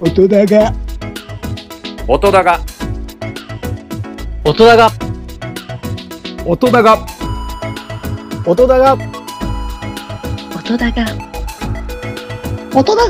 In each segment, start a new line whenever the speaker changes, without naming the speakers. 大人が
音だが
大人が
音だが
音だが
音だが
大人が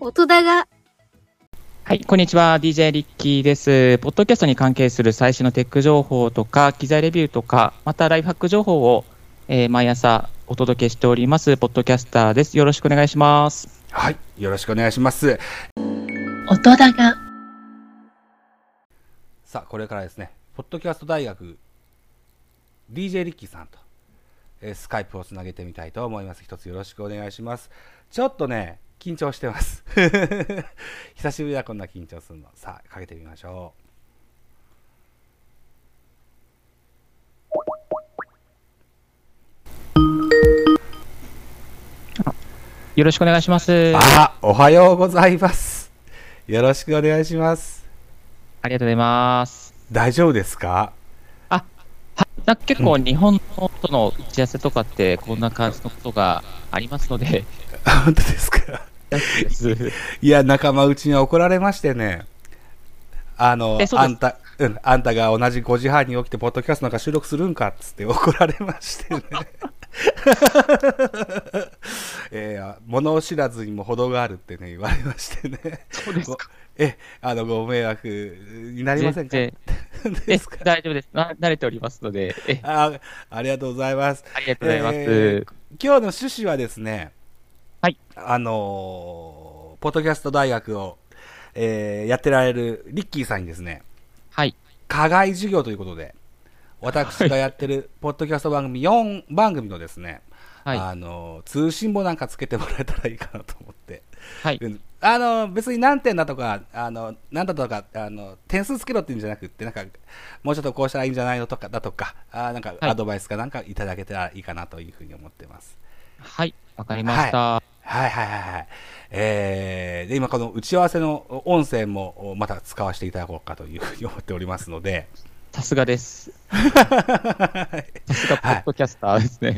音だが
はい、こんにちは。DJ リッキーです。ポッドキャストに関係する最新のテック情報とか、機材レビューとか、またライフハック情報を、えー毎朝お届けしております、ポッドキャスターです。よろしくお願いします。
はい。よろしくお願いします。
音だが
さあ、これからですね、ポッドキャスト大学 DJ リッキーさんと、えースカイプをつなげてみたいと思います。一つよろしくお願いします。ちょっとね、緊張してます。 久しぶりだ、こんな緊張するの。さあ、かけてみましょう。
よろしくお願いします。あ
あ、おはようございます。よろしくお願いします。
りがとうございます。
大丈夫ですか
はい、なんか結構日本のとの打ち合わせとかって、こんな感じのことがありますの で、
本当ですか
大丈夫です。
いや、仲間うちに怒られましてね。あの
え、そうです
あんた、うん、あんたが同じ5時半に起きて、ポッドキャストなんか収録するんかっつって 怒られましてね。 えー物を知らずにも程があるってね、言われましてね。
そうですか。
え、あの、ご迷惑になりませんか
全然
で
え
すか
大丈夫です。な慣れておりますので、え
あありがとうございます。
ありがとうございます。
えー今日の趣旨はですね、
はい。
あのーポッドキャスト大学を、えーやってられるリッキーさんにですね、
はい。
課外授業ということで、私がやってるポッドキャスト番組4番組のですね、
はい。
あのー通信簿なんかつけてもらえたらいいかなと思って。
はい。
うんあのー別に何点だとか、あの何だとかあの、点数つけろっていうんじゃなくって、なんか、もうちょっとこうしたらいいんじゃないのとか、だとか、あーなんか
はい
アドバイスかなんかいただけたらいいかなというふうに思ってます。
はい。わかりました。
はいはいはいはい。えー、で、今この打ち合わせの音声もまた使わせていただこうかというふうに思っておりますので、
さすがです。
はい
さすがポッドキャスターですね。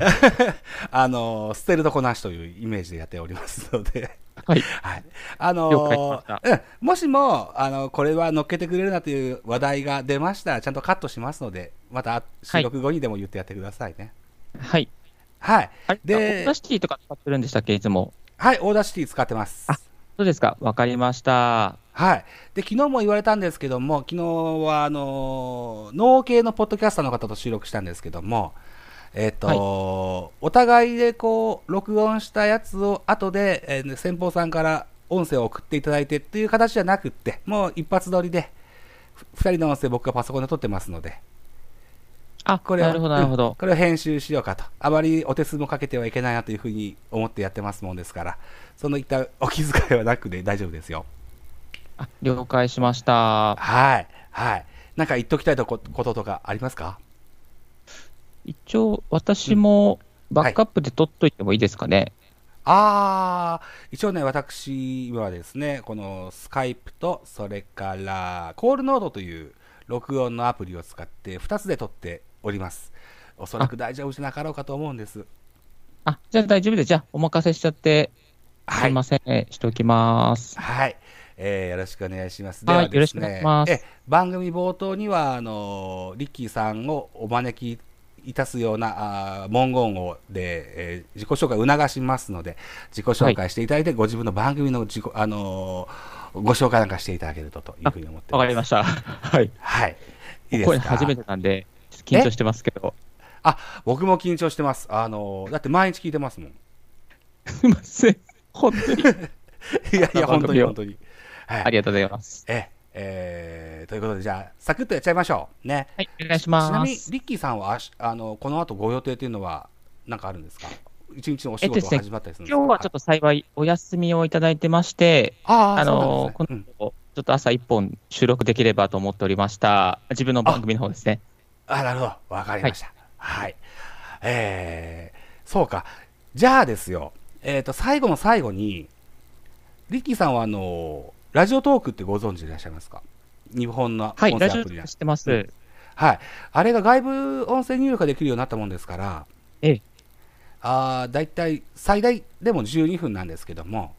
あのー捨てるとこなしというイメージでやっておりますので、
はい。
はい。あ
了解しま
の
した
ーうん、もしも、あの、これは乗っけてくれるなという話題が出ましたら、ちゃんとカットしますので、また収録後にでも言ってやってくださいね。
はい。
はい。
あれ、
で
でオーダーシティとか使ってるんでしたっけ、いつも。
はい、オーダーシティ使ってます。
あそうですか。わかりました。
はい。で、昨日も言われたんですけども、昨日は、あのー、農系のポッドキャスターの方と収録したんですけども、えっ、と、
はい
お互いでこう、録音したやつを後で、えー先方さんから音声を送っていただいてっていう形じゃなくって、もう一発撮りで、ふ二人の音声僕がパソコンで撮ってますので、
あ、
これを
なるほど、なるほ
うん
ど。
これを編集しようかと。あまりお手数もかけてはいけないなというふうに思ってやってますもんですから、そのいったお気遣いはなくで大丈夫ですよ。
あ了解しました。
はい、はい。なんか言っときたいとここととかありますか
一応、私もバックアップで取っといてもいいですかね。
あー、一応ね、私はですね、このスカイプと、それから、コールノードという録音のアプリを使って、2つで撮っております。おそらく大丈夫じゃなかろうかと思うんです。
あ、じゃあ大丈夫です。じゃあ、お任せしちゃって、
は
すい
い。
ません。えしておきます。
はい。えーよろしくお願いします。
はい
ではですね
よろしくお願いします
え番組冒頭には、あのーリッキーさんをお招きいたすようなあー文言をで、えー自己紹介を促しますので、自己紹介していただいて、ご自分の番組の自己、あのーご紹介なんかしていただけるとというふうに思って
わ
ます。
かりました。 はい。
はい。いいで
これ
すか
初めてなんで、ちょっと緊張してますけど。
あ、僕も緊張してます。あのーだって毎日聞いて ますもん。
すいません。本当に。
いやいや、
番
本当に
組を
本当に。はい。
ありがとうございます。
ええーということで、じゃあ、サクッとやっちゃいましょう。ね。
はい、お願いし
ちな
ま
みに、
す。
リッキーさんはあしあのこの後ご予定というのは、なんかあるんですか一日のお仕
えっとで
事が
すね
始まったりするんですか
今日はちょっと幸いお休みをいただいてまして、
あー
あの
そう
こ
なんですね
の後、ちょっと朝一本収録できればと思っておりました。自分の番組の方ですね。
うんあなるほど、わかりました。はい、えーそうか、じゃあですよ、えー、と最後の最後に、リッキーさんはあのラジオトークってご存知でいらっしゃいますか日本の
はい、
音
ラ
声
ジオ
アプリなん
知ってます。
はい、あれが外部音声入力ができるようになったもんですから、
ええ
あーだいたい最大でも12分なんですけども、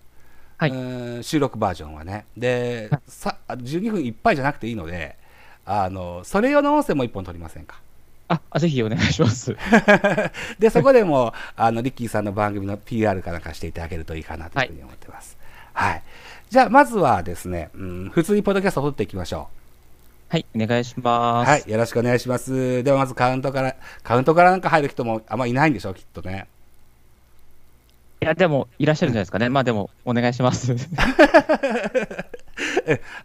はいう
ーん収録バージョンはねで、
はい
さ12分いっぱいじゃなくていいのであのそれ用の音声も1本取りませんか
あ、あぜひお願いします。
でそこでもあのリッキーさんの番組の PR かなんかしていただけるといいかなというふうに思ってます、はいじゃあまずはですね、うん、普通にポッドキャストを撮っていきましょう
はい、お願いします。
はい、よろしくお願いします。ではまずカウントから、カウントからなんか入る人もあんまいないんでしょう、きっとね。
いや、でも、いらっしゃるんじゃないですかね。まあ、でも、お願いします。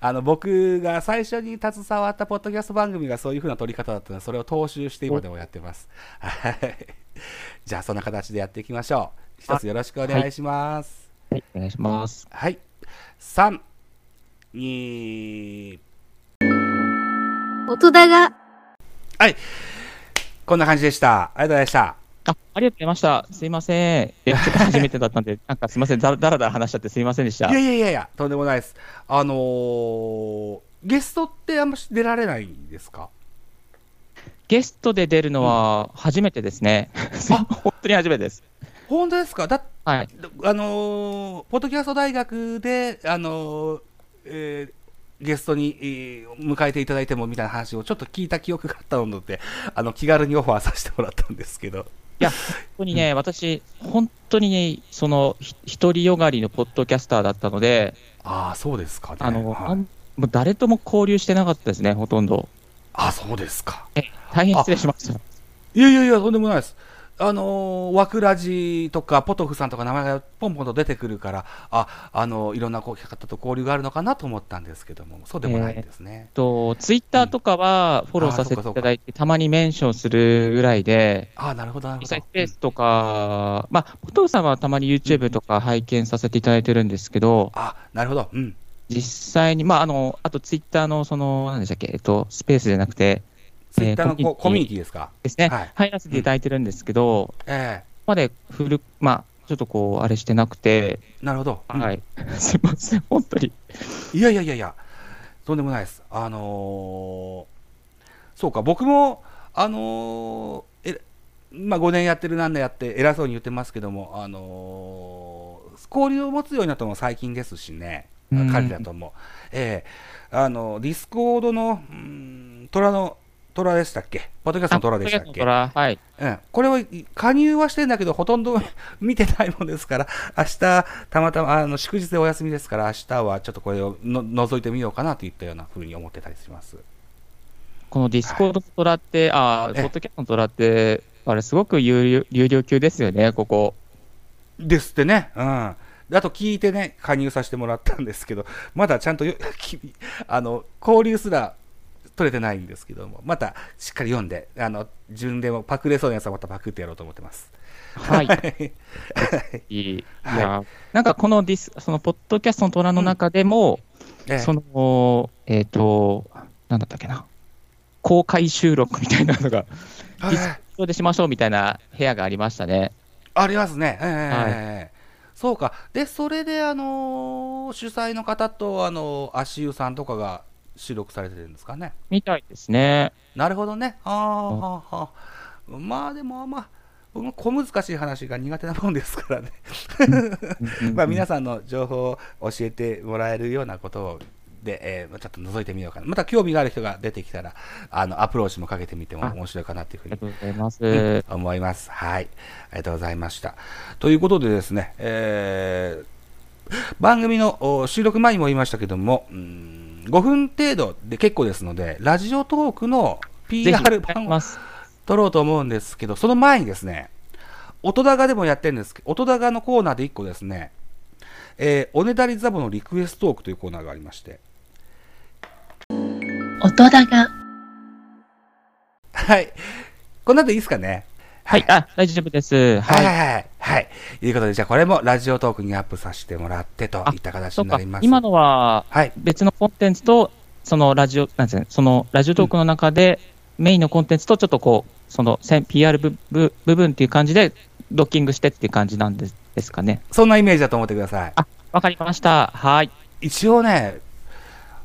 あの、僕が最初に携わったポッドキャスト番組がそういう風な撮り方だったので、それを踏襲して今でもやってます。はい。じゃあ、そんな形でやっていきましょう。一つよろしくお願いします。
はい、お願いします。
はい。3、2、
音だが、
こんな感じでした。ありがとうございました。
あ、ありがとうございました。すいません。いや、ちょっと初めてだったん で、なんかすいません。だらだらだら話しちゃってすいませんでした。
いやいやいやいや、とんでもないです。あのーゲストってあんまし出られないんですか
ゲストで出るのは初めてですね。 本当に初めてです。
本当ですかだっ
はい。
あのーポッドキャスト大学で、あのーえーゲストに、えー迎えていただいてもみたいな話をちょっと聞いた記憶があったので、あの気軽にオファーさせてもらったんですけど、
本当にね、私、本当にね、その、ひ独りよがりのポッドキャスターだったので、
ああ、そうですかね。
あの、あ
はい
んもう誰とも交流してなかったですね、ほとんど。
あそうですか。
大変失礼しました。
いやいやいや、とんでもないです。あのー、ワクラジとか、ポトフさんとか名前がポンポンと出てくるから、あ、あのーいろんなこう方と交流があるのかなと思ったんですけども、そうでもないんですね。
と、ツイッターとかはフォローさせていただいて、たまにメンションするぐらいで、
ああ、なるほど、なる
実
ほ
際
ど
ス。ペースとか、まあ、お父さんはたまに YouTube とか拝見させていただいてるんですけど、
あ、なるほど。うん。
実際に、まあ、あの、あとツイッターの、その、何でしたっけ、えっと、スペースじゃなくて
ツイッターのこう
コ
コミ
ミュ
ュニ
ニ
ティですか。
ですね、
はい
入らせていただいてるんですけど、こ
え
こまで古、まあ、ちょっとこう、あれしてなくて、
えなるほど。うん
はい。 すいません、本当に。
いやいやいやいや、とんでもないです。あのーそうか、僕も、あのーえまあ、5年やってるなんだやって、偉そうに言ってますけども、あのー交流を持つようになったのも最近ですしね、
うん
彼らとも。ええあの、ディスコードの、うん虎の、虎でしたっけポッドキャストの虎でしたっ
あ
け
トラはい。
うん、これを加入はしてんだけど、ほとんど 見てないもんですから、明日たまたまあの祝日でお休みですから、明日はちょっとこれをの覗いてみようかなといったようなふうに思ってたりします。
このディスコードのトラって、ああ、
ええ
ポッドキャストのトラって、あれ、すごく有料有料級ですよね、ここ。
ですってね、うん。あと聞いてね、加入させてもらったんですけど、まだちゃんとよ きあの交流すら取れてないんですけども、またしっかり読んで、あの順でもパクれそうなやつはまたパクってやろうと思ってます。
はい。い
い。
いや、なんかこのディス、そのポッドキャストの虎の中でも、
ええ
その、えっ、と、なんだったっけな、公開収録みたいなのが、デ
は
ィ
い
スコードでしましょうみたいな部屋がありましたね。
ありますね。ええそうか。で、それで、あのー主催の方と、あのー足湯さんとかが収録されてるんですかね。
みたいですね。
なるほどね。ああ、はあ、はあ。まあ、でも、まあ、僕も小難しい話が苦手なもんですからね。 まあ、皆さんの情報を教えてもらえるようなことを、で、えーちょっと覗いてみようかな。また興味がある人が出てきたら、あの、アプローチもかけてみても面白いかなっていうふう
ありが
に
とうございます。
思います。はい。ありがとうございました。ということでですね、えー番組のお収録前にも言いましたけども、うーん5分程度で結構ですので、ラジオトークの
ぜひ、お願
PR
いし
版を
ます。
取ろうと思うんですけど、その前にですね、音高でもやってるんですけど、音高のコーナーで1個ですね、えーおねだりザボのリクエストトークというコーナーがありまして、
音だが、
はい。こんなんでいいですかね
はい、あ、大丈夫です。
は
はい。
いはいはい。はい。いうことで、じゃあこれもラジオトークにアップさせてもらってといった形
そう
にな
か
りま、す。
今のは
はい。
別のコンテンツと、そのラジオ、なんていうのそのラジオトークの中で、メインのコンテンツとちょっとこう、そのせん PR 部部部分っていう感じで、ドッキングしてっていう感じなんですですかね。
そんなイメージだと思ってください。
わかりました。はい。
一応ね、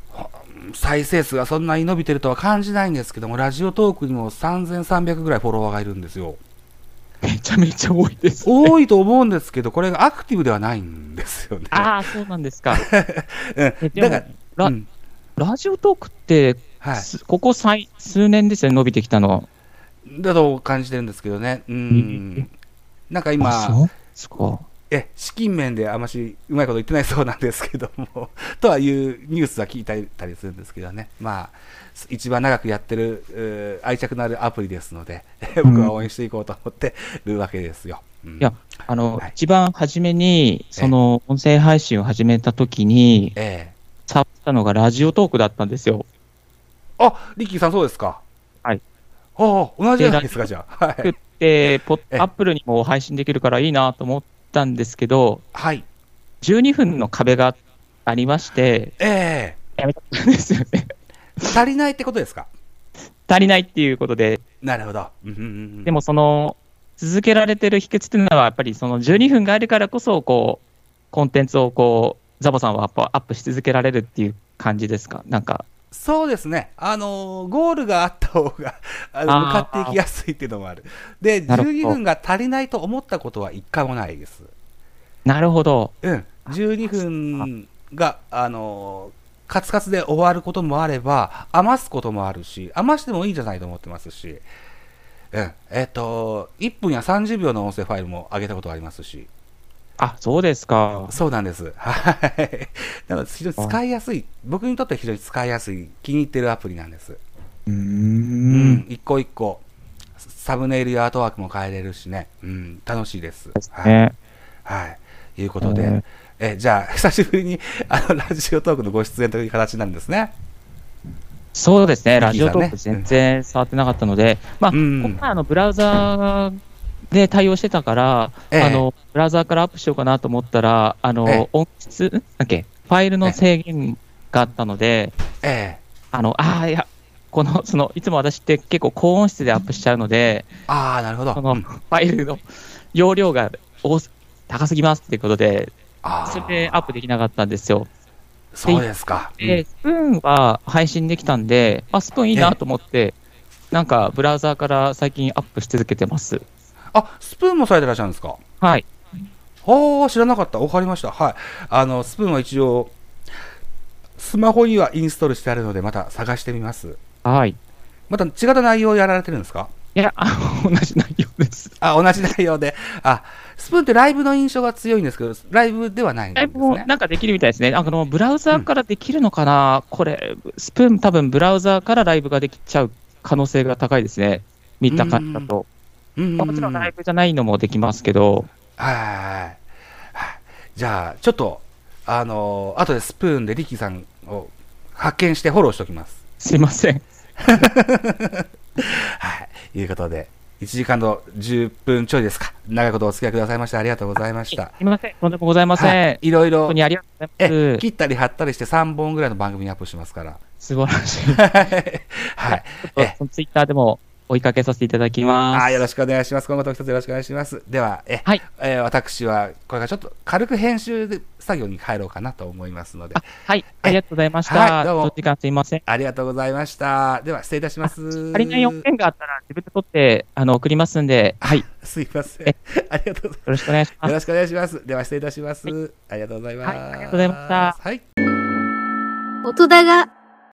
ほ再生数がそんなに伸びてるとは感じないんですけども、ラジオトークにも3300ぐらいフォロワーがいるんですよ。
めちゃめちゃ多いです、ね。
多いと思うんですけど、これがアクティブではないんですよね。
ああ、そうなんですか。
うん
えでも
だか
ラ
うん
ラジオトークって、
はい、
すここ最数年ですよね、伸びてきたの。
だと感じてるんですけどね、うん、なんか
あ
今、
そうですか。
え資金面であましうまいこと言ってないそうなんですけども、 とはいうニュースは聞いたりたりするんですけどね、まあ、す一番長くやってる、えー愛着のあるアプリですので、 僕は応援していこうと思って るわけですよ。う
い
ん
やあの、
はい
一番初めに、その、音声配信を始めたときに、
ええ
触ったのがラジオトークだったんですよ。
あリッキーさん、そうですか。
はい
ああ、同じじゃないですか、じゃあ。は
作っ
い。
て、ポッ
ええ
アップルにも配信できるからいいなと思ったんですけど、
はい、
12分の壁がありまして、
ええ
やめちゃったんですよね。
足りないってことですか。
足りないっていうことで、
なるほど。うんうんうんうん
でもその、続けられてる秘訣っていうのは、やっぱりその12分があるからこそ、こう、コンテンツをこう、ザボさんはやっぱアップし続けられるっていう感じですかなんか、
そうですね、あのーゴールがあった方が あの
あー
向かっていきやすいっていうのもある。で、
なるほど
12分が足りないと思ったことは一回もないです。
なるほど。
うん、12分が、あのーカツカツで終わることもあれば、余すこともあるし、余してもいいんじゃないと思ってますし、うん、えっ、と、1分や30秒の音声ファイルも上げたことがありますし、
あ、そうですか。
そうなんです。はい。なので、非常に使いやすい、僕にとっては非常に使いやすい、気に入ってるアプリなんです。
うー
うんん。一個一個、サムネイルやアートワークも変えれるしね、うん、楽しいです。はい。
ね、
はい。いうことで、
うん
えじゃあ、久しぶりにあのラジオトークのご出演という形なんですね。
そうですね、ラジオトー
リ
ク
キさんね
全然触ってなかったので、まあ、
うん
ここはあのブラウザーで対応してたから、
ええ
あのブラウザーからアップしようかなと思ったら、あの
ええ
音質、んなんだっけ、ファイルの制限があったので、
ええ
あのあーいや、このそのいつも私って結構高音質でアップしちゃうので、
ああ、なるほど。
その
う
フ
ん
ァイルの容量が多す高すぎますっていうことで、
あー
それでアップできなかったんですよ。
そうですか。
で、スプーンは配信できたんで、あ、スプーンいいなと思って、なんかブラウザーから最近アップし続けてます。
あ、スプーンもされてらっしゃるんですか
はい。
はあ、知らなかった。わかりました。はい。あの、スプーンは一応、スマホにはインストールしてあるので、また探してみます。
はい。い
また違った内容をやられてるんですか
や、あの同じ内容です。
あ、同じ内容で。あ、スプーンってライブの印象が強いんですけど、ライブではないんで
ラ
す
イ
ね。
ブもなんかできるみたいですね。あの、ブラウザーからできるのかな、これ、スプーン多分ブラウザーからライブができちゃう可能性が高いですね。見た感じだと。
うんうんう
まあもちろんライ
はい
ブじゃないのもできますけど、
はい。じゃあ、ちょっと、あのー、後でスプーンでリキさんを発見してフォローしておきます。
すいません。
はい。いうことで、1時間と10分ちょいですか。長いことお付き合いくださいまして、ありがとうございました。
すいません。とんでもございません。
はいいろいろ
本当にありがとうござい
ええ
ま
切ったり貼ったりして3本ぐらいの番組にアップしま すから。
す。素晴らしい。
はい。ええ
そのツイッターでも追いかけさせていただきます。
あーよろしくお願いします。今後とも一つよろしくお願いします。では、え、
はい
えー私は、これからちょっと軽く編集で作業に帰ろうかなと思いますので
あ、はい、ありがとうございまし
は
た。
いどうも
長時間すいません。
ありがとうございました。では、失礼いたします。
足りない4件があったら自分で取ってあの送りますんで、はい、よ
すいません
え。
ありがとうござい
ろしくお願いし
ます。
ま
よ
す。
ろしくお願いします。では、失礼いたします。ありがとうございます。
はいありがとうございました
はい。
音だが